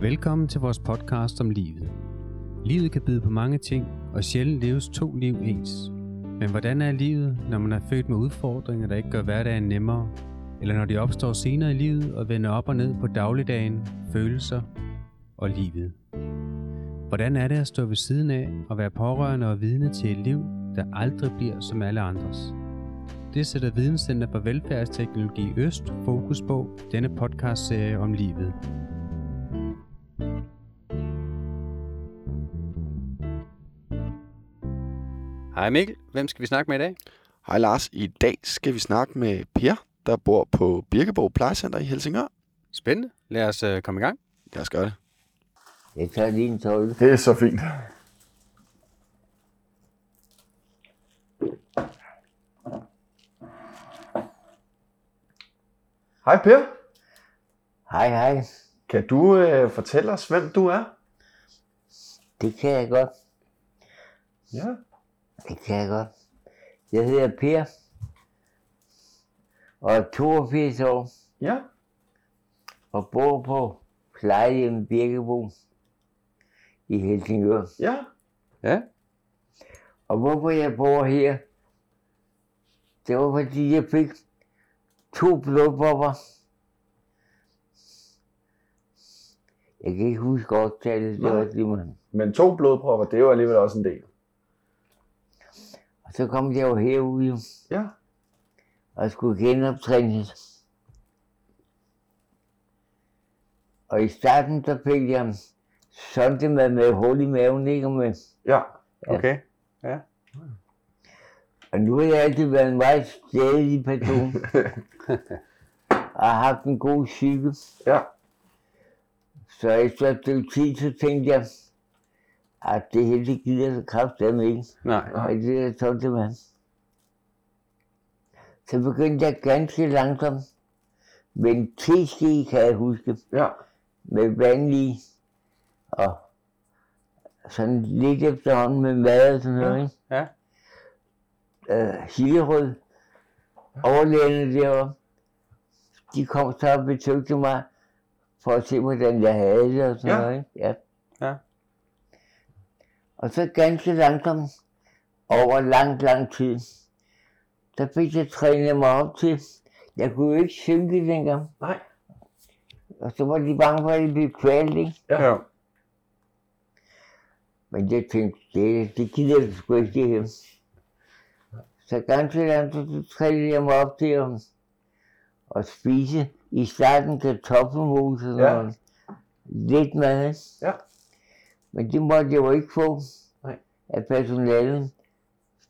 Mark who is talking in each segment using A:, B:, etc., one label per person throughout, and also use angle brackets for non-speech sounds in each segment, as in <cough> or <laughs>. A: Velkommen til vores podcast om livet. Livet kan byde på mange ting, og sjældent leves to liv ens. Men hvordan er livet, når man er født med udfordringer, der ikke gør hverdagen nemmere, eller når de opstår senere i livet og vender op og ned på dagligdagen, følelser og livet? Hvordan er det at stå ved siden af og være pårørende og vidne til et liv, der aldrig bliver som alle andres? Det sætter Videnscenter for Velfærdsteknologi Øst fokus på denne podcastserie om livet. Hej Mikkel, hvem skal vi snakke med i dag?
B: Hej Lars, i dag skal vi snakke med Per, der bor på Birkeborg Plejecenter i Helsingør.
A: Spændende, lad os øh, komme i gang.
B: Lad os gøre det.
C: Jeg tager lige en tolv.
D: Det er så fint. Hej Per,
C: Hej, hej.
D: kan du øh, fortælle os, hvem du er?
C: Det kan jeg godt.
D: Ja.
C: Det kan jeg godt. Jeg hedder Per. Og er 82 år.
D: Ja.
C: Og bor på plejehjem Birkebo i Helsingør.
D: Ja.
A: Ja,
C: Og hvorfor jeg bor her, det var fordi jeg fik to blodpropper. Jeg kan ikke huske årstallet, det
D: Nej.
C: var lige meget.
D: Men to blodpropper, det er jo alligevel også en del.
C: Og så kom jeg jo herude. jo.
D: Ja.
C: og skulle genoptrænes. Og i starten, der fik jeg sondemad med hul i maven, ikke med.
D: Ja.
C: Ja.
D: Okay.
C: Og nu har jeg altid været en meget stædig person, og har haft en god psyke.
D: Ja.
C: Så efter et stykke tid, så tænkte jeg, at det hele det gider så kraftedeme ikke.
A: nej.
C: Og det der sondemad. Så begyndte jeg ganske langsomt. Men TC kan jeg huske.
D: Ja.
C: med vand i, og sådan lidt efterhånden med mad og sådan noget, ikke?
A: Ja.
C: Øh, Hillerød, overlægerne deroppe, de kom så og besøgte mig, for at se, hvordan jeg havde det og sådan
D: Ja.
C: noget, ikke? Ja.
A: Ja.
C: Og så ganske langsomt, over lang, lang tid, der fik jeg trænet mig op til, jeg kunne jo ikke synke dengang,
D: Nej.
C: og så var de bange for, at jeg blev kvalt, ikke?
D: Ja.
A: Jo.
C: Men jeg tænkte, det, det gider jeg sgu ikke det her. Så ganske langsomt så trænede jeg mig op til at, at spise i starten kartoffelmos og
D: Ja.
C: ja. lidt mad. ikke?
D: Ja.
C: Men det måtte jeg jo ikke få
D: Nej.
C: af personalet,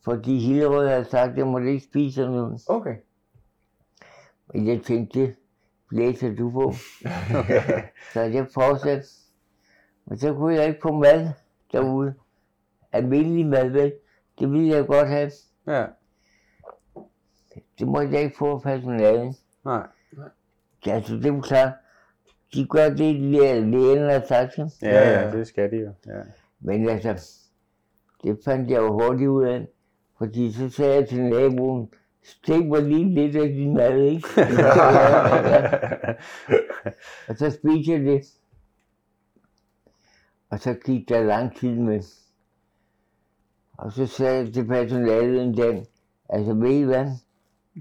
C: fordi Hillerød havde sagt, at jeg måtte ikke spise sådan noget.
D: Okay.
C: Men jeg tænkte, det blæser
A: <laughs>
C: du på.
D: okay.
C: Så jeg fortsatte. Men så kunne jeg ikke få mad derude. Almindelig mad, vel? Det ville jeg godt have.
A: Ja,
C: Det måtte jeg ikke få af personalet.
A: nej.
C: Ja, altså, det er jo klart. De gør det, læ- lægen har sagt. ikke?
D: Ja, ja,
A: det skal de jo. Ja.
C: Men altså, det fandt jeg jo hurtigt ud af. Fordi så sagde jeg til naboen, stik mig lige lidt af din mad, ikke? Og så spiste jeg det. Og så gik der lang tid med. Og så sagde jeg til personalet en dag, altså ved I hvad,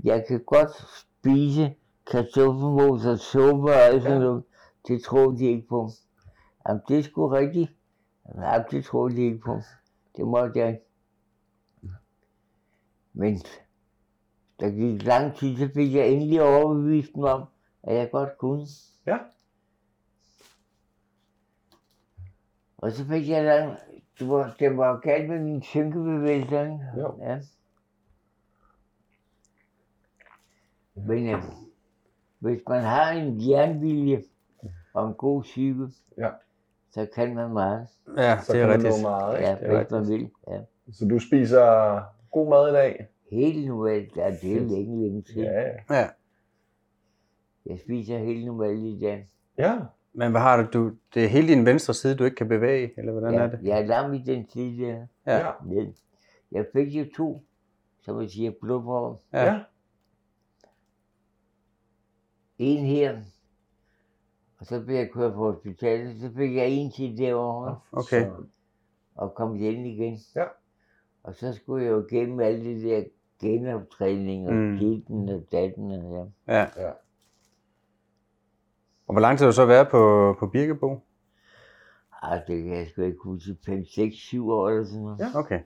C: jeg kan godt spise kartoffelmos og suppe og alt sådan noget. Det troede de ikke på. Jamen det er sgu rigtigt. Jamen det troede de ikke på. Det måtte jeg ikke. Men der gik lang tid, så fik jeg endelig overbevist mig om, at jeg godt kunne.
D: ja.
C: Og så fik jeg lang... Det var, det var galt med min synkebevægelser, ikke?
D: Jo.
C: Ja. Men øh, hvis man har en jernvilje og en god psyke,
D: Ja.
C: så kan man meget.
A: Ja,
D: Så
A: det
D: kan
A: er
D: man
A: rigtigt.
D: nå meget, ikke?
C: Ja,
A: det er
C: hvis man vil. Ja.
D: Så du spiser god mad i dag?
C: Helt normalt, ja, det er længe, længe til.
D: Ja. ja.
A: Ja.
C: Jeg spiser helt normalt i dag.
D: Ja.
A: Men hvad har du, du? Det er hele din venstre side, du ikke kan bevæge, eller hvordan er
C: Jeg,
A: det?
C: jeg er lam i den tid der.
A: Ja.
D: Ja.
C: Men Jeg fik jo to, som man siger, blodprøver.
A: Ja.
D: ja.
C: En her, Og så blev jeg kørt på hospitalet, så fik jeg en til derovre.
B: Okay.
D: Så,
C: og kom hjem igen.
D: Ja.
C: Og så skulle jeg jo gennem alle de der genoptræning og
B: Mm.
C: mm. ditten og datten og ja.
E: Ja.
D: Ja.
E: Og hvor lang tid har du så været på, på Birkebo?
C: Ej, det kan jeg sgu ikke huske. 5, 6, 7 år eller sådan noget.
D: Ja.
E: Okay.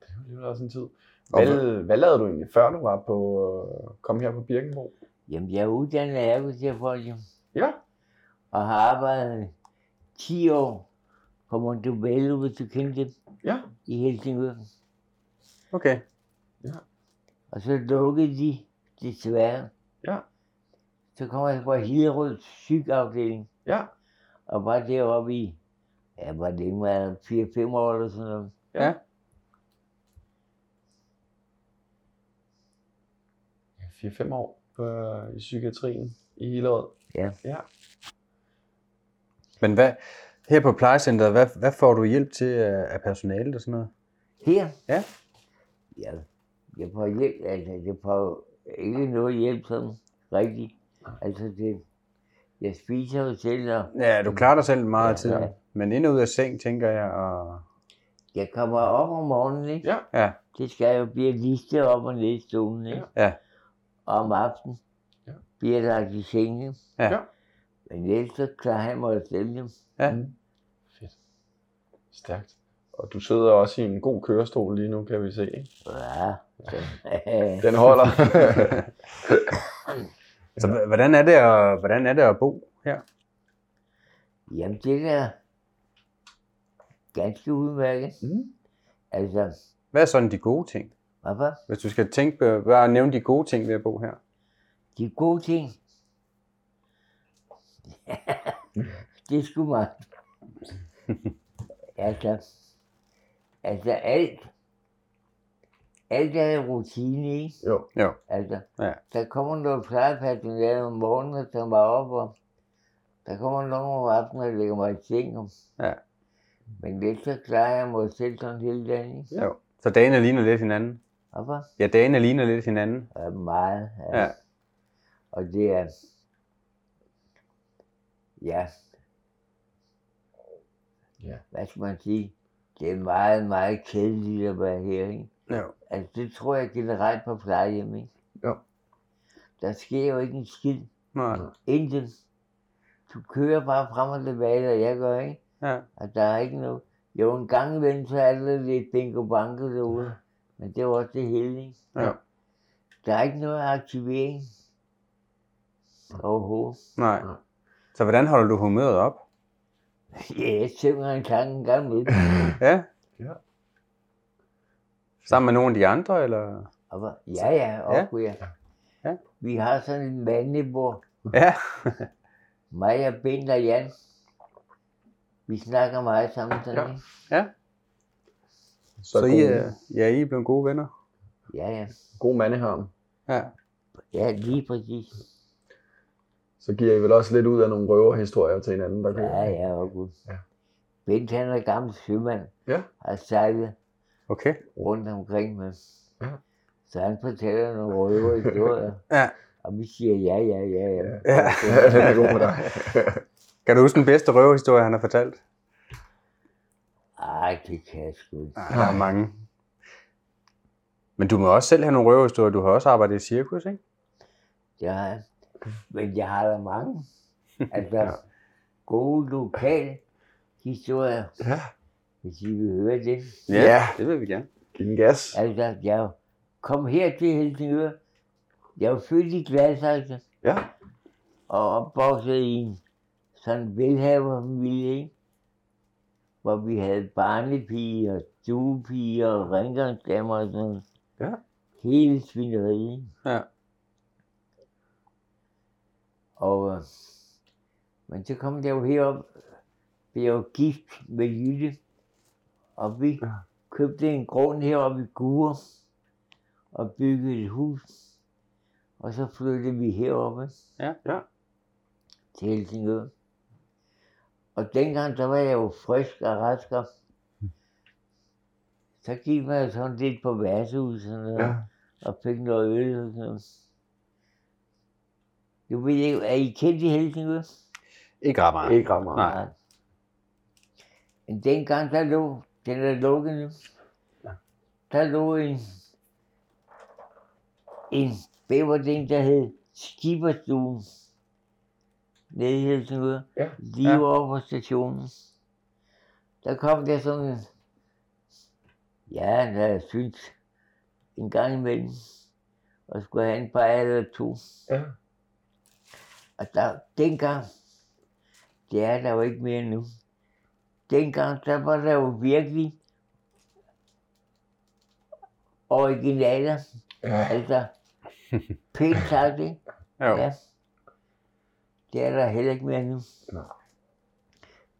D: det var alligevel også en tid.
B: Og
D: Hvad, hvad lavede du egentlig, før du var på, kom her på Birkenbro?
C: Jamen, jeg er uddannet ergoterapeut jo,
D: Ja.
C: og har arbejdet 10 år på Montebello, hvis du kender det,
D: Ja.
C: i Helsingør.
E: Okay.
C: Og så lukkede de, desværre.
D: Ja.
C: Så kom jeg fra Hillerød sygeafdeling,
D: Ja.
C: og var deroppe i, ja, var det ikke meget, 4-5 år eller sådan noget.
D: Ja, 4-5 år på, øh, i psykiatrien i Hillerød.
E: Men hvad, her på plejecenteret, hvad, hvad får du hjælp til af, af personalet og sådan noget?
C: Her?
E: Ja.
C: Ja, jeg får hjælp, altså jeg får ikke noget hjælp sådan rigtigt. Altså det, jeg spiser jo selv, og
E: Ja, du klarer dig selv meget
C: Ja,
E: af tiden.
C: ja.
E: Men ind og ud af seng, tænker jeg. Og...
C: jeg kommer op om morgenen, ikke?
D: Ja. <laughs>
E: Ja.
C: Det skal jo blive listet op og ned i stolen, ikke?
E: Ja.
C: Og om aftenen
D: Ja.
C: bliver der lagt i sengen.
E: Ja.
D: Ja.
C: Men ellers så klarer han mig jo selv, jo.
E: Ja.
D: Mm. Fedt. Stærkt. Og du sidder også i en god kørestol lige nu, kan vi se. ikke?
C: Ja.
E: <laughs>
C: Så.
D: Den holder.
E: Så h- hvordan er, det at, hvordan er det at bo her?
C: Jamen det er da ganske udmærket.
D: Mm.
C: Altså,
E: Hvad er sådan de gode ting?
C: hvorfor?
E: Hvis du skal tænke, øh, bare nævne de gode ting ved at bo her.
C: De gode
E: <laughs>
C: ting. det skulle man. altså, altså alt, alt er i rutine, ikke?
D: jo.
E: Jo.
C: Altså,
E: Ja.
C: der kommer noget plejepersonale om morgenen og tager mig op, og der kommer nogen om aftenen og lægger mig i seng.
E: Ja.
C: Men det så klarer jeg mig selv sådan hele dagen, ikke?
E: jo. Så dagene ligner lidt hinanden.
C: Hvorfor?
E: Ja, dagene ligner lidt hinanden.
C: Ja, øh, meget.
E: Ja.
C: Og det er... Ja.
D: Ja.
C: Hvad skal man sige? Det er meget, meget kedeligt at være her, ikke?
E: Jo.
C: Altså, det tror jeg generelt på plejehjem, ikke?
D: Jo.
C: Der sker jo ikke en skid.
E: Nej.
D: Mm.
C: Intet. Du kører bare frem og tilbage, og jeg gør, ikke?
E: Ja.
C: Og der er ikke noget... Jo, en gang imellem, så er der lidt bingo banko derude. Men det er jo også det hele, ikke?
E: Ja.
C: Der er ikke noget aktivering. Overhovedet.
E: Nej.
D: Mm.
E: Så hvordan holder du humøret op?
C: Ja, jeg synger en sang en gang med.
E: Ja?
D: Ja.
E: Sammen med nogle af de andre, eller?
C: Og hvor- Ja, ja,
E: Ja.
C: op ja.
E: Ja.
C: Vi har sådan en mandebord.
D: Mm.
E: Ja.
C: Mig og Bent og Jan. Vi snakker meget sammen sådan,
D: Ja.
C: ikke?
E: Så, I,
D: god,
E: er, ja, I er blevet gode venner?
C: Ja, ja.
D: god mandeharm.
E: Ja.
C: Ja, lige præcis.
D: Så giver I vel også lidt ud af nogle røverhistorier til hinanden, der
C: Ja, ja, og gud.
D: Ja.
C: Bent han er gammel sømand.
D: Ja.
C: Har sejlet
E: Okay.
C: rundt omkring med.
D: Ja.
C: Så han fortæller nogle røver historier.
E: Ja.
C: Og vi siger ja, ja, ja, ja.
E: Ja.
D: Den er god for dig.
E: Kan du huske den bedste røverhistorie, han har fortalt?
C: Ej, det kan jeg sgu ikke.
E: Nej, der er mange. Men du må også selv have nogle røverhistorier. Du har også arbejdet i cirkus, ikke?
C: Det har jeg. Men jeg har da
D: <laughs>
C: mange. Altså, gode lokale historier.
D: Ja.
C: Hvis I vil høre det.
D: Ja.
E: det vil vi gerne.
D: Giv den gas.
C: Altså, jeg kom her til Helsingør. Jeg var født i Gladsaxe
D: Ja.
C: og opvokset i en sådan velhaverfamilie, ikke? Hvor vi havde barnepiger, og stuepiger og rengøringsdamer og sådan noget.
D: Ja.
C: Hele svineriet, ikke?
E: Ja.
C: Og, øh, men så kom jeg jo herop, blev jeg jo gift med Jytte, og vi
D: Ja.
C: købte en grund heroppe i Gure, og byggede et hus, og så flyttede vi heroppe
E: Ja.
D: Ja.
C: til Helsingør. Og dengang, der var jeg jo frisk og rask, og så gik man jo sådan lidt på værtshuset og,
D: Ja.
C: og fik noget øl og sådan noget. Jeg ved ikke, er I kendt i Helsingør?
E: Ikke ret meget.
D: Ikke ret meget.
E: Nej.
C: Men dengang, der lå, den er lukket nu, der lå en, en bæverding, der hed Skiberstuen, nede i Helsingør,
D: Ja,
C: lige
E: ja.
C: ja. over på stationen. Der kom der sådan en, ja, der synes en gang imellem, og skulle have en par eller to.
D: Ja.
C: Og der, dengang, det er der jo ikke mere nu. Dengang, der var der jo virkelig originaler.
D: Ja.
C: Altså, pænt sagt, ikke?
E: Jo.
C: Ja. Det er der heller ikke mere nu.
D: Nej.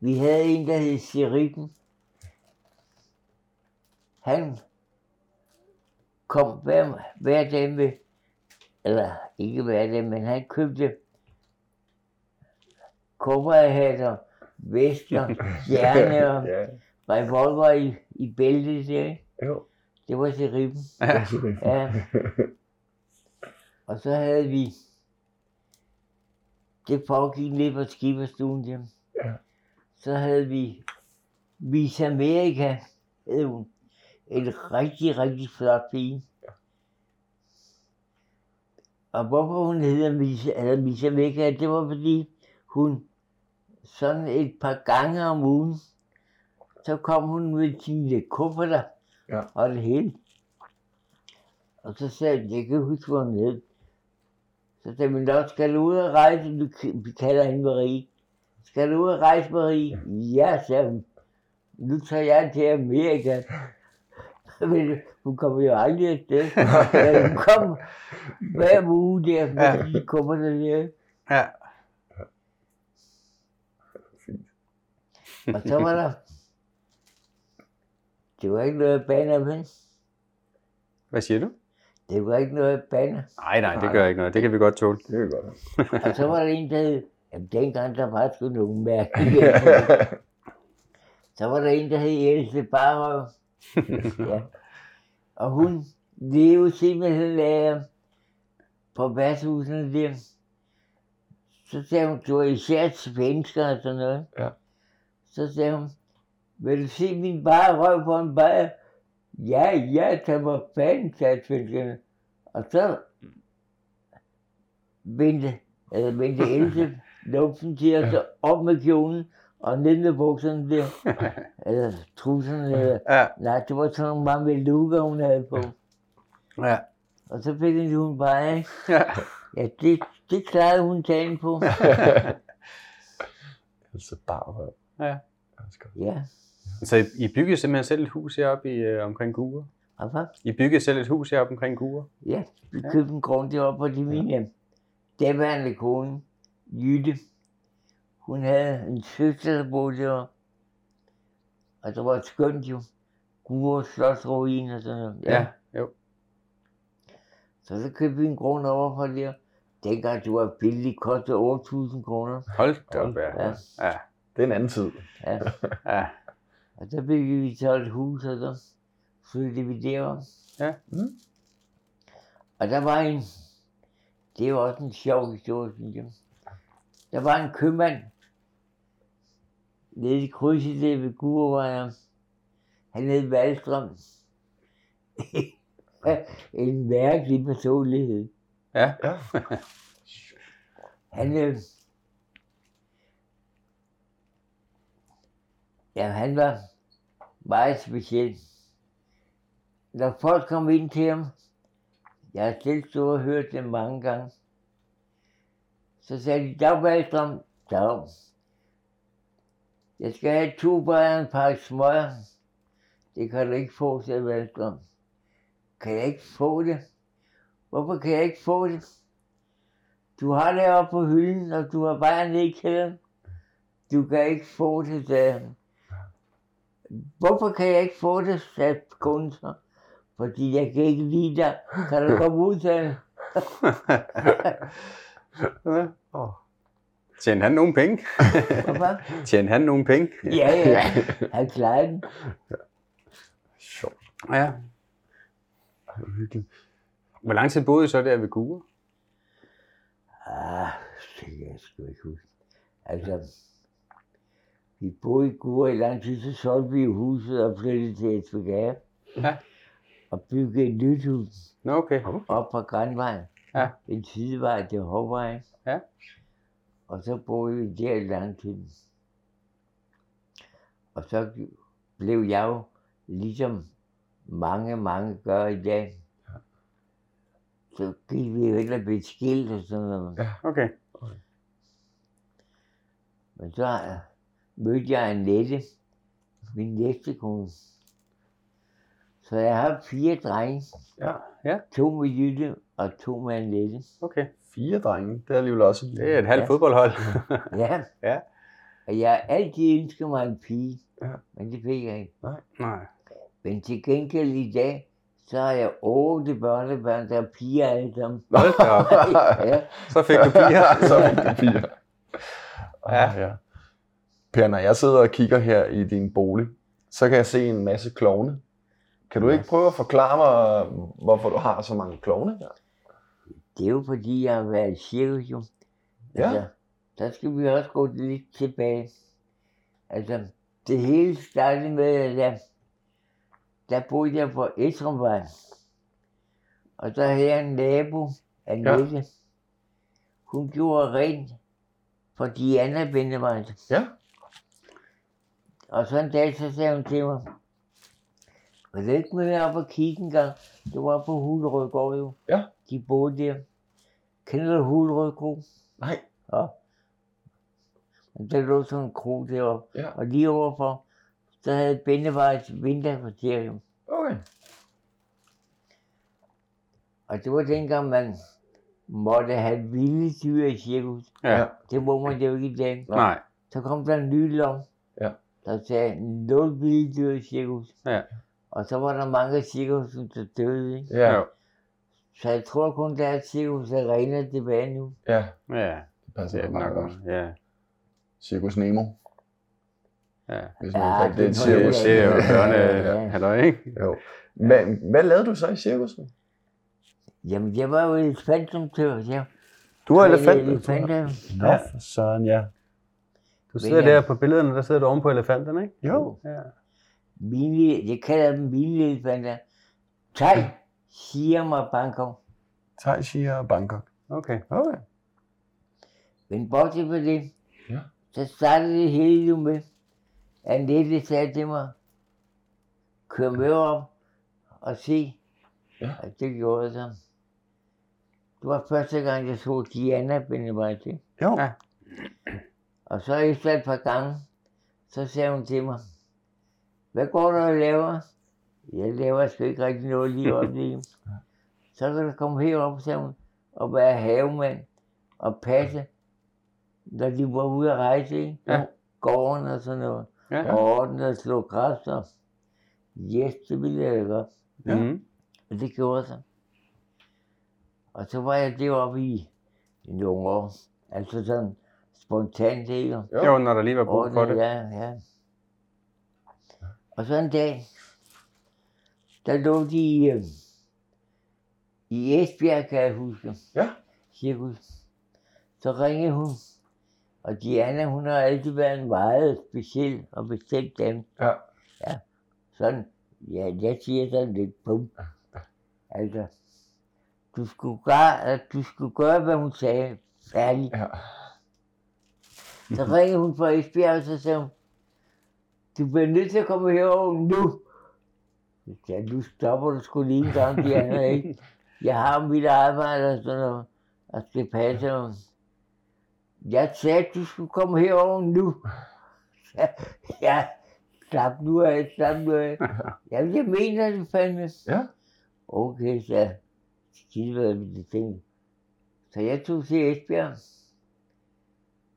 C: Vi havde en, der hed Sirikken. Han kom hver, hver dag med, eller ikke hver dag, men han købte kobberhatter, vester, hjerne og
D: <laughs> ja.
C: revolver i, i bæltet. der, ikke?
D: Jo.
C: Det var Sirikken.
E: Ja.
C: Ja. Og så havde vi... Det foregik lidt på skiberstuen der.
D: Ja.
C: Så havde vi Miss Amerika, hed hun. En rigtig, rigtig flot pige. Og hvorfor hun hedder Miss, eller Miss Amerika, det var fordi hun sådan et par gange om ugen, så kom hun med sine kufferter
D: Ja.
C: og det hele. Og så sagde jeg, jeg kan ikke huske, hvor hun hed. Så sagde min datter, skal du ud og rejse? Du, k- vi kalder hende Marie. Skal du ud og rejse, Marie? Ja, sagde hun. Nu tager jeg til Amerika. <laughs> Men hun kommer jo aldrig afsted. Men hun kom hver uge der,
E: Ja.
C: fordi de kommer der der.
E: ja.
C: Og så var der... Det var ikke noget banner med.
E: Hvad siger du?
C: Det var ikke noget banner.
E: Nej, nej, det gør ikke noget. Det kan vi godt tåle.
D: Det er
C: <laughs>
D: godt.
C: Og så var der en, der hed... Jamen, dengang der var sgu nogen mærke.
D: Ja.
C: Så var der en, der hed Else Barhøj. ja. Og hun levede simpelthen af på værtshusene der. Så sagde hun, det var især svensker og sådan noget.
D: Ja.
C: Så sagde hun, vil du se min bare røv på en bajer? Ja, ja, tag mig fanden, sagde svenskerne. Og så vendte, eller vendte Else luften til, og så op med kjolen og ned med bukserne der. Eller trusserne, eller...
E: Ja.
C: Nej, det var sådan nogle meget med lukker, hun havde på.
E: Ja.
C: Og så fik hun hun bare af.
E: Ja.
C: Ja, det, det klarede hun talen på.
D: altså bare røv.
E: Ja.
D: Det er skønt.
C: Ja,
E: Så I, I byggede simpelthen selv et hus heroppe i, øh, omkring Gure?
C: og hvad?
E: I byggede selv et hus heroppe omkring Gure?
C: Ja, vi købte en grund deroppe, og det min ja. daværende kone, Jytte. Hun havde en søster, der boede deroppe. Og det var skønt jo. Gure, slotsruin og sådan noget.
E: Jo.
C: Så så købte vi en grund over for det. Dengang det var billigt, kostede 8.000 kroner.
E: Hold da op, ja.
C: Ja.
E: Ja.
D: Det er en anden tid.
C: Ja.
E: Ja.
C: Og så byggede vi så et hus, og så flyttede vi derom.
E: Ja.
D: Mm.
C: Og der var en, det er jo også en sjov historie, synes jeg. Der var en købmand, nede i krydset der ved Gurevejeren. Han hed Valstrøm. <laughs> en mærkelig personlighed.
E: Ja.
D: Ja.
C: Han, øh, ja, han var meget speciel. Når folk kom ind til ham, jeg har selv stået og hørt det mange gange, så sagde de, dag Valstrøm, dag. Jeg skal have to bajer og en pakke smøger. Det kan du ikke få, sagde Valstrøm. Kan jeg ikke få det? Hvorfor kan jeg ikke få det? Du har det oppe på hylden, og du har bare ned i kælderen. Du kan ikke få det, sagde han. Hvorfor kan jeg ikke få det, sagde konen så. Fordi jeg kan ikke lide dig. Kan du komme ud, sagde han.
E: ja. Oh. Tjente han nogen penge?
C: Hvorfor?
E: Tjente han nogen penge?
C: Ja, ja, han klarede den.
D: Sjovt.
E: ja. Hvor lang tid boede I så der ved Gure?
C: Ah, det kan jeg sgu ikke huske. Altså, vi boede i Gura i lang tid, så solgte vi huset og flyttede til Esbjerg.
E: Ja.
C: Og byggede et nyt hus
E: Nå, okay.
C: op på Grandvejen.
E: Ja.
C: En sidevej til Hovvejen.
E: Ja.
C: Og så boede vi der i lang tid. Og så blev jeg jo, ligesom mange, mange gør i dag, så gik vi jo ikke at blive skilt og sådan noget.
E: Okay.
C: Men så øh, mødte jeg Annette, min næste kone. Så jeg har fire drenge.
E: Ja, ja.
C: To med Jytte og to med Annette.
E: Okay.
D: Fire drenge, det er alligevel også... <laughs>
E: Det er et halvt
C: Ja.
E: fodboldhold.
C: Ja.
E: Ja.
C: Og jeg har altid ønsket mig en pige,
D: Ja.
C: men det fik jeg ikke.
E: Nej.
C: Men til gengæld i dag, så har jeg otte børnebørn, der er piger alle sammen.
E: Hold da op.
C: <laughs> Ja.
E: Så fik du piger.
D: <laughs> så fik du piger.
E: Ja.
D: Ja. ja. Per, når jeg sidder og kigger her i din bolig, så kan jeg se en masse klovne. Kan du ikke prøve at forklare mig, hvorfor du har så mange klovne her?
C: Det er jo fordi, jeg har været i cirkus jo.
D: Ja.
C: Altså, der skal vi også gå lidt tilbage. Altså, det hele startede med, at jeg, der boede jeg på Etrumvej. Og der havde jeg en nabo, Annette. Ja. Hun gjorde rent for Diana Bindevejt.
D: Ja.
C: Og så en dag, så sagde hun til mig, vil du ikke med op og kigge en gang? Det var på Hulrød går jo.
D: Ja.
C: De boede der. Kender du Hulrød Kro?
D: Nej.
C: Ja. Men der lå sådan en kro deroppe.
D: Ja.
C: Og lige overfor, der havde Bindevejs vinterkvarterium.
D: Okay.
C: Og det var dengang, man måtte have vilde dyr i cirkus.
E: Ja.
C: Det må man jo ikke i dag.
E: Nej.
C: Så kom der en ny lov,
D: Ja.
C: der sagde, nul vilde dyr i cirkus.
E: Ja.
C: Og så var der mange af cirkusen, der døde. Ikke?
D: Ja.
E: Jo.
C: Så jeg tror kun, der er cirkus arena tilbage nu.
D: Ja.
E: Ja,
D: Det passer
E: det er det
D: ja,
E: nok
D: meget godt.
E: også. Ja.
D: Cirkus Nemo.
E: Ja.
D: Hvis
C: Ja,
D: man kan-
C: det
D: et
C: tror jeg
D: cirkus.
E: Det er jo børne,
C: Ja, ja.
E: halløj, ikke?
D: Jo. Hvad, hvad lavede du så i cirkusen?
C: Jamen, jeg var jo elefantumtør. Jeg
E: Du er
C: elefanter.
E: Ja,
D: for søren, ja.
E: Du sidder der på billederne, der sidder du oven på elefanterne, ikke?
D: Jo.
E: Ja.
C: Mine, jeg kalder dem mine elefanter. Thai, Siam og Bangkok.
D: Taishia og Bangkok.
E: Okay.
D: Okay.
C: Men bortset fra det,
D: Ja.
C: så startede det hele jo med, at Nette sagde til mig, kør med op og se.
D: Ja.
C: Og det gjorde jeg så. Det var første gang, jeg så Diana binde mig til.
D: Jo.
E: Ja.
C: Og så efter et par gange, så sagde hun til mig, hvad går du og laver? Jeg laver sgu ikke rigtig noget lige i
E: <laughs>
C: øjeblikket. så kan du komme herop, sagde hun, og være havemand og passe, når de var ude at rejse, ikke?
E: Ja.
C: gården og sådan noget,
E: Ja.
C: og ordne og slå græs og yes, det ville jeg da godt,
E: Ja. Mm.
C: og det gjorde jeg så. Og så var jeg deroppe i nogle år, altså sådan spontant, ikke?
D: Jo.
E: Jo, når der lige var brug for
C: Ordnet,
E: det.
C: ja, ja. Og så en dag, der lå de i, øh, i Esbjerg, kan jeg huske.
D: Ja.
C: Cirkus. Så ringede hun, og Diana, hun har altid været en meget speciel og bestemt dame.
D: Ja.
C: ja. Sådan, ja, jeg siger sådan lidt bum. Altså, du skulle, gøre, du skulle gøre, hvad hun sagde. Færdig.
D: Ja.
C: Så ringede hun fra Esbjerg, og så sagde hun, du bliver nødt til at komme herover nu. Ja, nu stopper du sgu lige en gang, Diana, ikke? Jeg har mit arbejde og sådan noget, og skal passe om. Jeg sagde, du skulle komme herover nu. Ja, ja, slap nu af, slap nu af. Jamen, jeg mener det fandme.
D: Ja.
C: Okay, så jeg. Skidt hvad det ting. Så jeg tog til Esbjerg.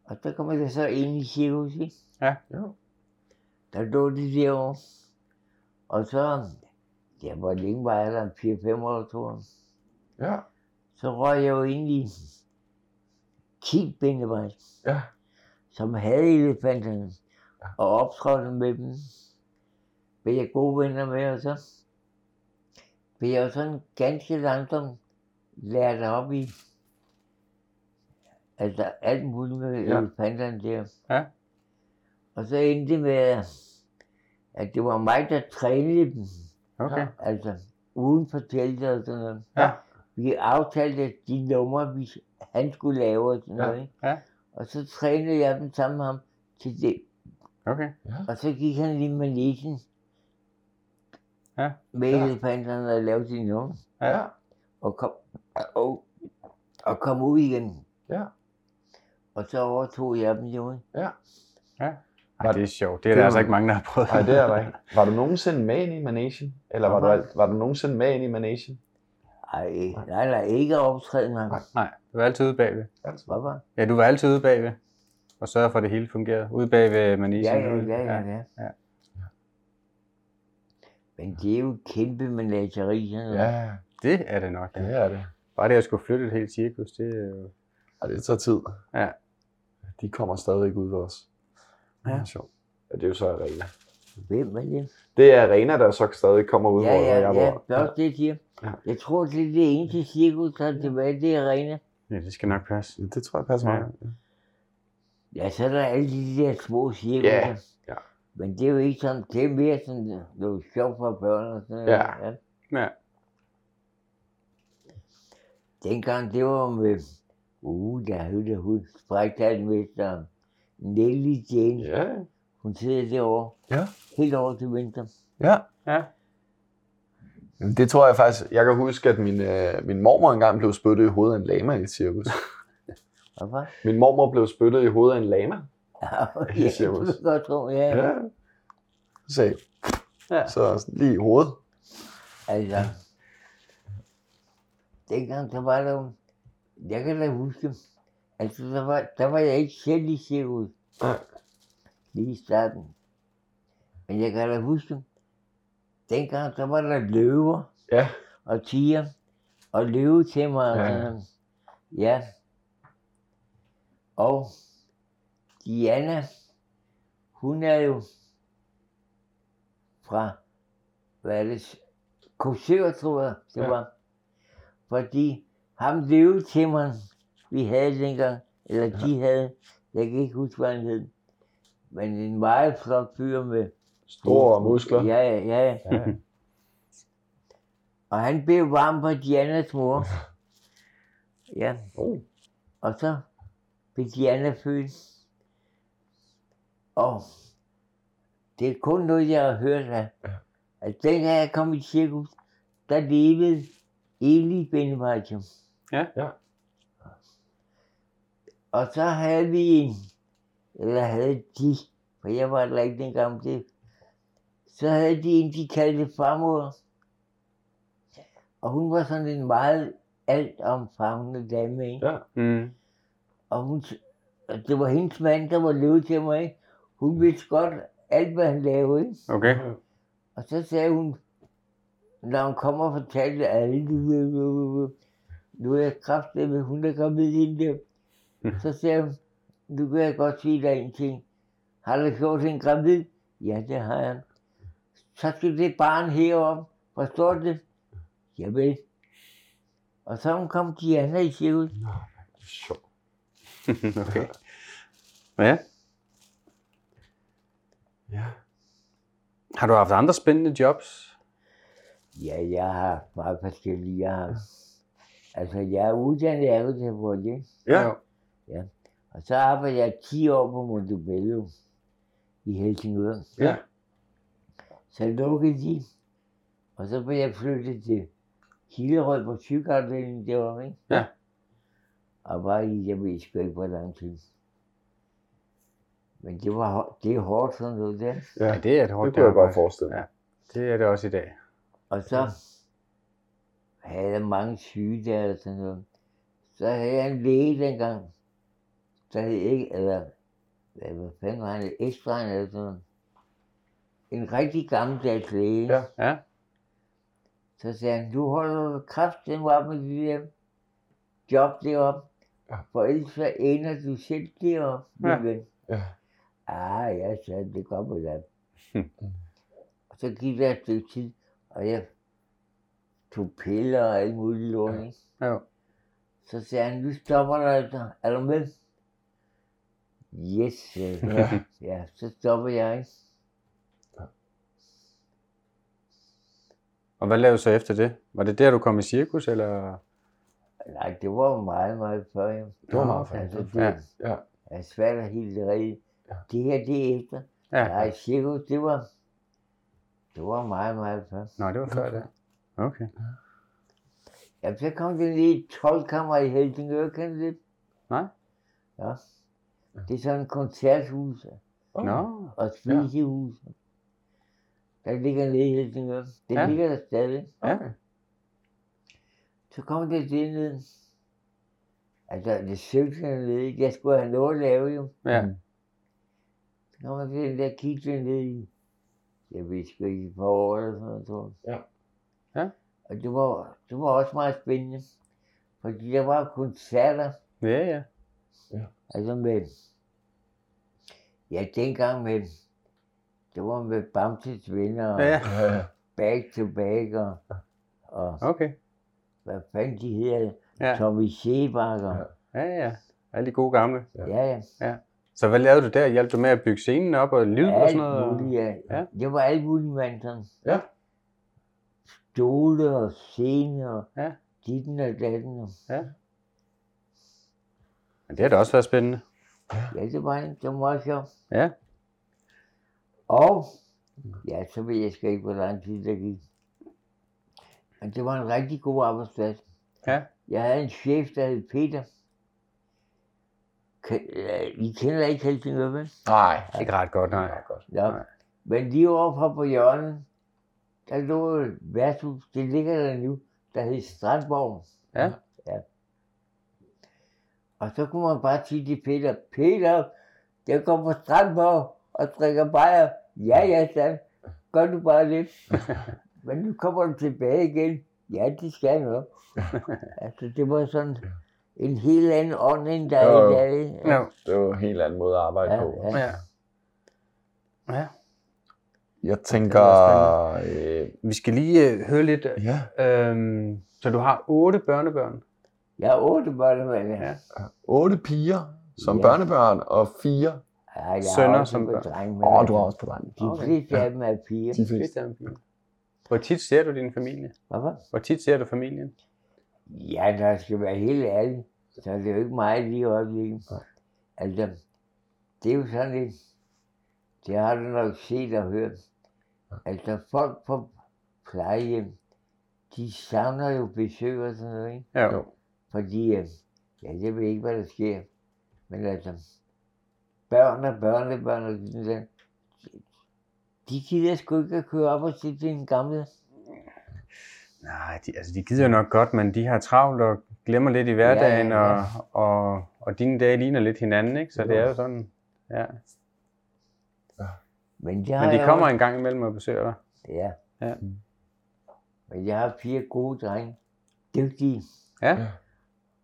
C: Og der kom jeg så ind i cirkuset.
E: Ja.
D: Jo.
C: Der lå de derovre. Og så, ja, hvor længe var jeg der? 4-5 år, tror jeg.
D: Ja.
C: Så røg jeg jo ind i Kig Bindevej,
D: Ja.
C: som havde elefanterne og optrådte med dem. Blev jeg gode venner med, og så blev jeg jo sådan ganske langsomt lært op i, at der er altså, alt muligt med
D: Ja.
C: ja. elefanterne der.
E: Ja.
C: Og så endte det med, at det var mig, der trænede dem.
E: Okay.
C: Altså, uden for teltet og sådan noget.
E: Ja.
C: Vi aftalte de numre, vi, han skulle lave og sådan
D: Ja.
C: noget. Ikke?
E: Ja.
C: Og så trænede jeg dem sammen med ham til det.
E: Okay.
C: Og så gik han lige med næsen
E: Ja.
C: med
D: Ja.
C: elefanterne og lavede de numre.
E: Ja.
C: Og kom, og, og kom ud igen.
D: Ja.
C: Og så overtog jeg dem jo. ikke?
E: Ej, det er sjovt. Det er
D: Det
E: der
D: er-
E: altså ikke mange, der har prøvet.
D: Nej, det er der ikke. Var du nogensinde med ind i Manesien? Eller var du, al- var du nogensinde med ind i Manesien?
C: Ej, nej, nej, ikke optræden ham.
D: Nej.
E: Nej, du var altid ude bagved.
D: Altså.
C: Hvorfor?
E: Ja, du var altid ude bagved. Og sørge for, at det hele fungerede. Ude bagved
C: Ja,
E: manisien.
C: ja,
E: ude-
C: ja, ja, ja.
E: ja.
C: Men det er jo et kæmpe menageri. sådan noget.
D: Ja,
E: Det er det nok. Ja.
D: det er det.
E: Bare det, at jeg skulle flytte et helt cirkus, det er jo...
D: Og det tager tid.
E: Ja.
D: De kommer stadig ud ved os.
E: Ja.
D: Det er sjovt. Ja, det er jo så Arena.
C: Hvem er det?
D: Det er Arena, der så stadig kommer ud,
C: Ja,
D: hvor
C: ja,
D: jeg
C: ja,
D: bor.
C: blot det, jeg siger.
D: Ja.
C: Jeg tror, det er det eneste cirkus, der er tilbage, det er arena.
E: Ja, det skal nok passe.
D: Ja, Det tror jeg passer
E: Ja.
D: meget.
C: Ja, så er der alle de der små cirkusser.
D: Ja, ja.
C: Men det er jo ikke sådan, det er mere sådan noget sjovt for børn og sådan noget.
D: Ja.
E: Ja.
C: Dengang det var med, uh, der hørte hun sprægtalmesteren. Nelly Jane, ja.
D: Ja.
C: hun sidder derovre.
D: Ja.
C: Helt over til venstre.
D: ja.
E: Ja.
D: Jamen, Det tror jeg faktisk. Jeg kan huske, at min, øh, min mormor engang blev spyttet i hovedet af en lama i et <laughs> cirkus.
C: Hvorfor?
D: Min mormor blev spyttet i hovedet af en lama.
C: Ja, <laughs>
D: I cirkus.
C: det kan jeg godt tro, ja. ja.
D: Ja. Så,
E: Ja.
D: så sådan lige i hovedet.
C: Altså, dengang, der var der jo, jeg kan da huske, altså, der var, der var jeg ikke selv i cirkus.
D: Nej.
C: Lige i starten. Men jeg kan da huske, dengang, der var der løver
D: Ja.
C: og tiger og løvetæmmer og
D: Ja.
C: sådan noget. Ja. Og Diana, hun er jo fra, hvad er det, Korsør, tror jeg, det
D: Ja.
C: ja. var. Fordi ham løvetæmmeren, vi havde dengang, eller ja. de havde, jeg kan ikke huske, hvad han hed, men en meget flot fyr med
D: Store muskler.
C: Ja, ja, ja. ja. og han blev varm på Dianas mor. Ja,
D: Oh.
C: og så blev Diana født. Og det er kun noget, jeg har hørt af. At dengang jeg kom i cirkus, der levede Eli Benevajum.
E: Ja.
D: Ja.
C: Og så havde vi en, eller havde de, for jeg var der ikke dengang det, så havde de en, de kaldte farmor. Og hun var sådan en meget altomfavnende dame, ikke?
E: Mm.
C: Og hun, og det var hendes mand, der var levet til mig, ikke? Hun vidste godt alt, hvad han lavede, ikke?
E: Okay.
C: Og så sagde hun, når hun kommer og fortalte alle, du ved, du ved, du ved, nu er jeg kraftig med, hun er kommet ind der. Så sagde hun, nu kan jeg godt sige dig en ting. Har du gjort en gravid? Ja, det har jeg. Så skal det barn herom. Forstår du det? Jamen. Og så kom Diana i cirkus.
E: <laughs>
D: Sjovt.
E: okay. Ja.
D: Ja.
E: Har du haft andre spændende jobs?
C: Ja, jeg har meget forskellige. Jeg har, altså, jeg er uddannet ergoterapeut, ikke?
D: Ja.
E: Jo.
C: Og så arbejdede jeg 10 år på Montebello i Helsingør.
D: Ja.
C: Så lukkede de, og så blev jeg flyttet til Hillerød på sygeafdelingen derovre, ikke?
E: Ja.
C: Og var i, jeg ved sgu ikke, hvor lang tid. Men det, var, hår- det er hårdt sådan noget der.
E: Ja, det er et hårdt
D: Det kunne jeg
E: arbejde.
D: godt forestille mig.
E: Ja. Det er det også i dag.
C: Og så havde jeg mange sygedage og sådan noget. Så havde jeg en læge dengang, der hed ikke, eller hvad, hvad fanden var han, ekstra eller sådan noget. En rigtig gammeldags læge.
D: Ja.
E: Ja.
C: Så sagde han, du holder kraften op med det der job deroppe,
D: Ja.
C: for ellers så ender du selv deroppe,
E: Ja.
C: min ven.
D: Ja.
C: Ah, jeg sagde, det kommer da.
E: Hmm.
C: og så gik der et stykke tid, og jeg tog piller og alt muligt lort, ikke?
E: Jo.
C: Så sagde han, nu stopper du altså. Er du med? Yes, sagde jeg. <laughs> ja, så stopper jeg ikke.
E: Og hvad lavede du så efter det? Var det der, du kom i cirkus, eller?
C: Nej, det var jo meget, meget før. jo.
D: Det var meget før,
C: Altså, det
E: ja.
D: Ja.
C: er svært at hilde rigtigt. Det her, det er efter.
E: Ja.
C: Nej, cirkus, det var, det var meget, meget før.
E: Nej, det var før det. Okay.
C: Jamen, så kom det lige 12 kammer i Helsingør, kan du det?
E: Nej.
C: Ja. Det er sådan et koncerthus
D: Okay.
E: Nå,
C: og spisehus. Der ligger nede i Helsingør. Det
E: Ja.
C: ja. ligger der stadig.
E: ja.
C: Så kom det det ned. Altså, det søgte jeg ned. i. Jeg skulle have noget at lave, jo.
E: Ja.
D: Mm.
C: Så kom jeg til den der kitchen ned i. Jeg ved sgu ikke, et par år eller sådan noget, tror jeg.
D: Ja.
E: Ja.
C: Og det var, det var også meget spændende. Fordi der var koncerter,
E: Ja, ja.
C: Altså med, ja dengang med, det var med Bamses venner og
E: Ja, ja.
D: Ja, ja.
C: Back to Back og, og
E: Okay.
C: hvad fanden de hedder,
E: Ja,
C: Tommy Sebakker.
E: ja, ja. Alle de gode gamle.
C: Ja, ja.
E: Så hvad lavede du der? Hjalp du med at bygge scenen op og lyd og
C: Alt
E: sådan noget?
C: muligt, ja.
E: Ja.
C: ja. Det var alt muligt, man sådan.
D: Ja.
C: Stole og scene og
E: Ja.
C: ditten og datten. og-
E: Men det har da også været spændende.
C: Ja, det var, det var meget sjovt.
E: Ja.
C: Og, ja, så ved jeg sgu ikke, hvor lang tid der gik. Men det var en rigtig god arbejdsplads.
E: Ja.
C: Jeg havde en chef, der hed Peter. Kan, øh, I kender ikke Helsingør, vel?
D: Nej.
E: Ikke ret godt, nej.
C: Ja.
E: Nej.
C: Men lige overfor på hjørnet, der lå et værtshus, det ligger der nu, der hed Strandborg.
E: Ja.
C: ja. Og så kunne man bare sige til Peter, Peter, jeg går på Strandborg og drikker bajer. Ja, ja, Sam, gør du bare det. Men nu kommer du tilbage igen. Ja, det skal jeg nok. altså, det var sådan en helt anden ånd, end der
D: Jo,
C: er
D: jo.
C: i dag. ikke?
E: Ja.
D: Det var en helt anden måde at arbejde
C: Ja,
D: på.
C: ja.
E: ja. Ja.
D: Jeg tænker... Øh,
E: Vi skal lige øh, høre lidt.
D: ja.
E: Øhm, så du har otte børnebørn.
C: Jeg er otte børnebørn. Ja.
E: Ja.
D: Otte piger som
C: Ja.
D: børnebørn og fire.
C: Ja, jeg
E: Sønner
C: har også
E: som
C: som
E: børn.
C: dreng, men
D: Åh, oh,
C: altså,
D: du har også på drengen.
C: De
E: Okay.
C: fleste af dem er piger.
D: De fleste.
E: Det er en pige. Hvor tit ser du din familie?
C: Hvorfor?
E: Hvor tit ser du familien?
C: Ja, når jeg skal være helt ærlig, så er det jo ikke meget lige i øjeblikket. Altså, det er jo sådan lidt, det har du nok set og hørt. Altså, folk på plejehjem, de savner jo besøg og sådan noget, ikke?
E: Ja.
D: Jo.
C: Fordi, øh, ja, jeg ved ikke, hvad der sker. Men altså, børn og børnebørn og sådan der, de gider sgu ikke at køre op og se til en gammel.
E: Nej, de, altså de gider nok godt, men de har travlt og glemmer lidt i hverdagen,
C: Ja, ja, ja.
E: Og, og, og dine dage ligner lidt hinanden, ikke? Så det er jo sådan. Ja.
C: Men, det har
E: Men de
C: jeg
E: kommer
C: også-
E: en gang imellem og besøger dig. <laughs>
C: Ja.
E: Ja.
C: Men jeg har fire gode drenge. Dygtige.
E: Ja.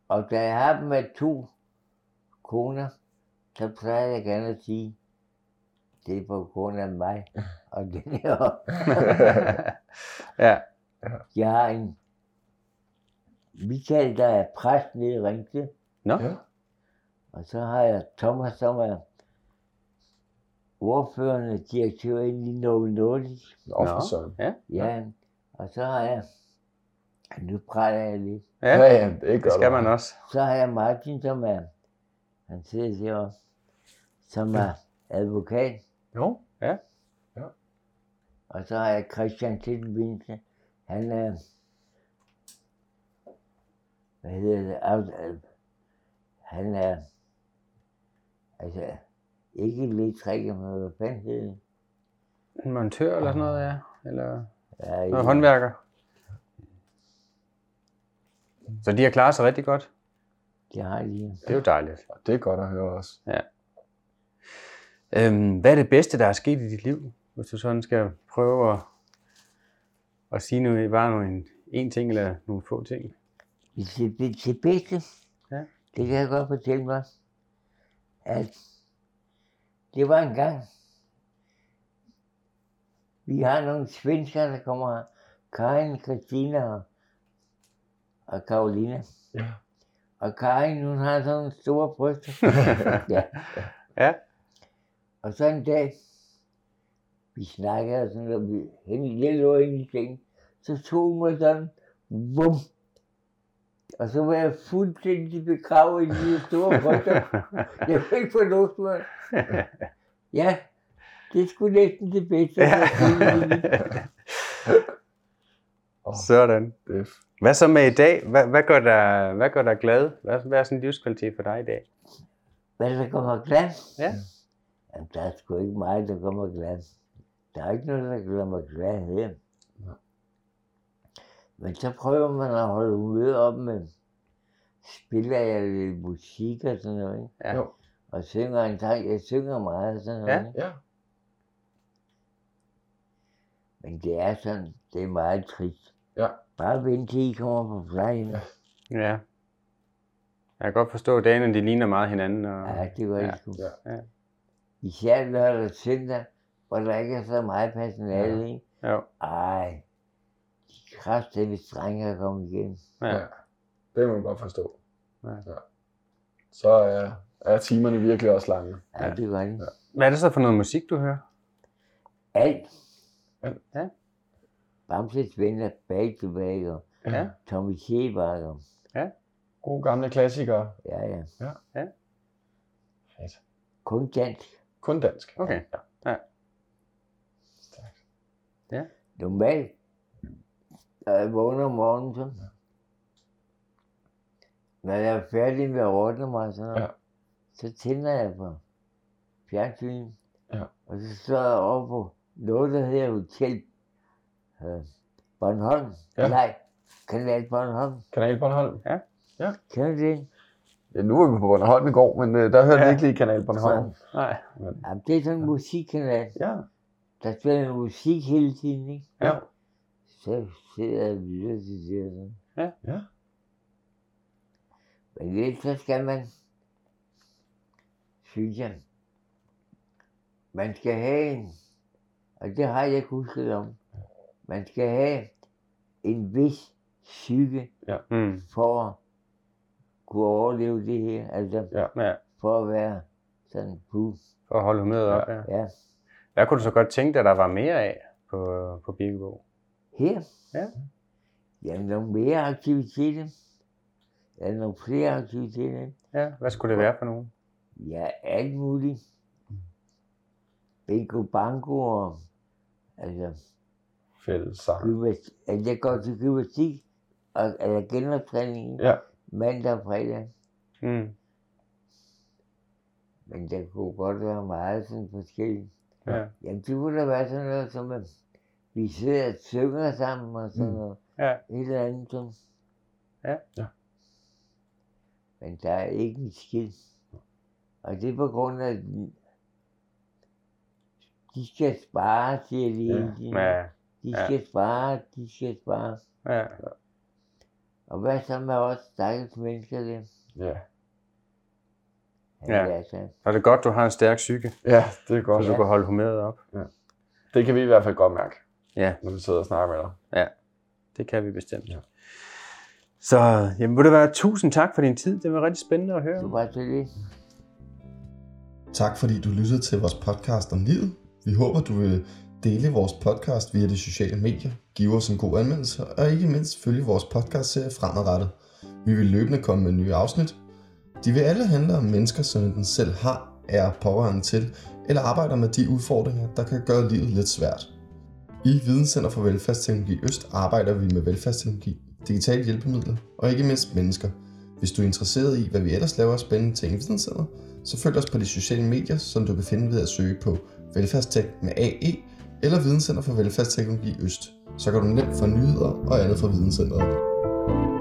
C: Og da jeg har dem med to koner, så plejer jeg gerne at sige, det er på grund af mig. Og <laughs> det her.
E: ja.
C: Jeg har en Michael, der er præst nede i Ringsted.
E: Nå.
D: <laughs> Ja.
C: Og så har jeg Thomas, som er ordførende direktør inde i Novo Nordisk.
D: Nå, for søren.
E: Ja.
C: Ja, og så har jeg, nu praler jeg lidt,
E: Ja.
D: Ja, ja, det gør
E: Det skal
D: du.
E: man også.
C: så har jeg Martin, som er, han sidder derovre, som er advokat,
D: Jo.
C: og så har jeg Christian Tilbindse, han er, hvad hedder det, Au- øh, han er, altså, ikke lidt trækker, men hvad fanden hedder det?
E: En montør eller sådan noget, ja. Eller
C: Ja,
E: noget
C: ja.
E: håndværker. Så de har klaret sig rigtig godt.
C: det har jeg lige.
E: Det er jo dejligt.
D: Og Det er godt at høre også.
E: Øhm, hvad er det bedste, der er sket i dit liv? Hvis du sådan skal prøve at, at sige nu, bare nu en, en ting eller nogle få <laughs> ting.
C: Hvis det, det, det bedste,
E: Ja.
C: ja. det kan jeg godt fortælle mig, at det var en gang, vi har nogle svensker, der kommer her, Karin, Christina og, og Karolina.
D: Ja.
C: Og Karin, hun har sådan nogle store bryster. ja.
E: Ja.
C: Og så en dag, vi snakkede og sådan, og vi hende lidt over hende i sengen, så tog hun mig sådan, vum, og så var jeg fuldstændig begravet i de store
E: <laughs>
C: bryster. Jeg kunne ikke få luft, mand. Ja, det skulle næsten det bedste.
E: Ja.
D: Åh,
E: Sådan.
D: det er
E: Hvad så med i dag? Hvad, hvad, gør, dig, hvad gør dig glad? Hvad, hvad er sådan en livskvalitet for dig i dag?
C: Hvad der kommer glas?
E: Ja.
C: Jamen, der er sgu ikke meget, der kommer glas. Der er ikke noget, der kommer glas her. Men så prøver man at holde humøret op med, spiller jeg lidt musik og sådan noget, ikke?
E: Ja.
D: Jo.
C: og synger en sang. Jeg synger meget og sådan noget.
E: Ja.
C: ikke?
D: Ja.
C: Men det er sådan, det er meget trist.
D: Ja.
C: Bare vent til I kommer på plejen. Ja,
E: Ja. Jeg kan godt forstå, at dagene de ligner meget hinanden. Og...
C: det var
E: Ja.
C: det sgu.
D: Ja.
E: Ja.
C: Især lørdag og søndag, hvor der ikke er så meget personale, ikke?
E: Jo.
C: Ej, de kræfter, vi strenge at komme igen.
E: Ja.
D: Ja. Det må man godt forstå.
E: Ja.
D: Ja. Så er, er timerne virkelig også lange.
C: Ej,
E: Ja.
C: det gør de.
E: Hvad er det så for noget musik, du hører?
C: Alt.
D: Alt.
E: Ja.
C: Bamses venner, bag tilbage, og
E: Ja.
C: Tommy Schebakker.
D: Gode gamle klassikere.
C: Ja, ja.
D: Fedt.
C: Kun dansk.
D: Kun dansk.
E: Okay.
D: Ja.
C: Normalt, når jeg vågner om morgenen, så... Når jeg er færdig med at ordne mig, så,
D: Ja.
C: så tænder jeg på fjernsynet.
D: Ja.
C: Og så står jeg over på noget, der hedder Hotel øh, Bornholm.
D: Ja.
C: Ja. Nej, Kanal Bornholm.
D: Kanal Bornholm.
C: Kender du det?
D: Ja, nu var vi på Bornholm i går, men øh, der hørte
E: Ja.
D: vi ikke lige Kanal Bornholm.
E: Nej.
C: Jamen, det er sådan en musikkanal.
D: Ja.
C: Der spiller musik hele tiden, ikke?
E: Ja.
C: Så sidder jeg og lytter til det. og sådan.
E: Ja.
D: Ja.
C: Men lidt, så skal man, synes jeg, man skal have en, og det har jeg ikke husket om, man skal have en vis psyke
E: Mm.
C: for at kunne overleve det her, altså
E: Ja.
C: for at være sådan, puh,
E: For at holde humøret op, ja.
C: ja.
E: Hvad kunne du så godt tænke dig, der var mere af på, øh, på Birkebo?
C: Her?
E: Ja.
C: Jamen, nogle mere aktiviteter. Ja, nogle flere aktiviteter.
E: Ja. Hvad skulle det være for nogen?
C: Ja, alt muligt. Bingo bango og... Altså,
D: Fælles sang.
C: gymnastik. Altså, jeg går til gymnastik og eller genoptræning
D: Ja.
C: mandag og fredag.
E: Mm.
C: Men der kunne godt være meget sådan forskelligt.
E: Ja.
C: Jamen, det kunne da være sådan noget, som at vi sidder og synger sammen og sådan
D: Mm.
C: noget.
E: Ja.
C: Et eller andet som.
E: Ja.
D: Ja.
C: Men der er ikke en skid. Og det er på grund af, at de- de skal spare, siger de
D: Ja.
C: hele tiden.
E: Ja.
C: De
E: ja.
C: skal spare, de skal spare.
E: Ja.
C: Og hvad så med os stakkels mennesker der?
D: Ja.
E: Ja.
C: så.
E: Så er det godt, du har en stærk psyke,
D: ja, det er godt.
E: så du kan holde humøret op.
D: Det kan vi i hvert fald godt mærke,
E: Ja.
D: når vi sidder og snakker med dig.
E: Det kan vi bestemt.
D: Ja.
E: Så jamen, vil det være tusind tak for din tid. Det var rigtig spændende at høre.
C: Det var så lidt.
F: Tak fordi du lyttede til vores podcast om livet. Vi håber, du vil dele vores podcast via de sociale medier, give os en god anmeldelse og ikke mindst følge vores podcastserie fremadrettet. Vi vil løbende komme med nye afsnit. De vil alle handle om mennesker, som den selv har, er pårørende til eller arbejder med de udfordringer, der kan gøre livet lidt svært. I Videnscenter for Velfærdsteknologi Øst arbejder vi med velfærdsteknologi, digitale hjælpemidler og ikke mindst mennesker. Hvis du er interesseret i, hvad vi ellers laver af spændende ting i Videnscenter, så følg os på de sociale medier, som du kan finde ved at søge på Velfærdstek med AE eller Videnscenter for Velfærdsteknologi Øst. Så kan du nemt få nyheder og andet fra Videnscenteret.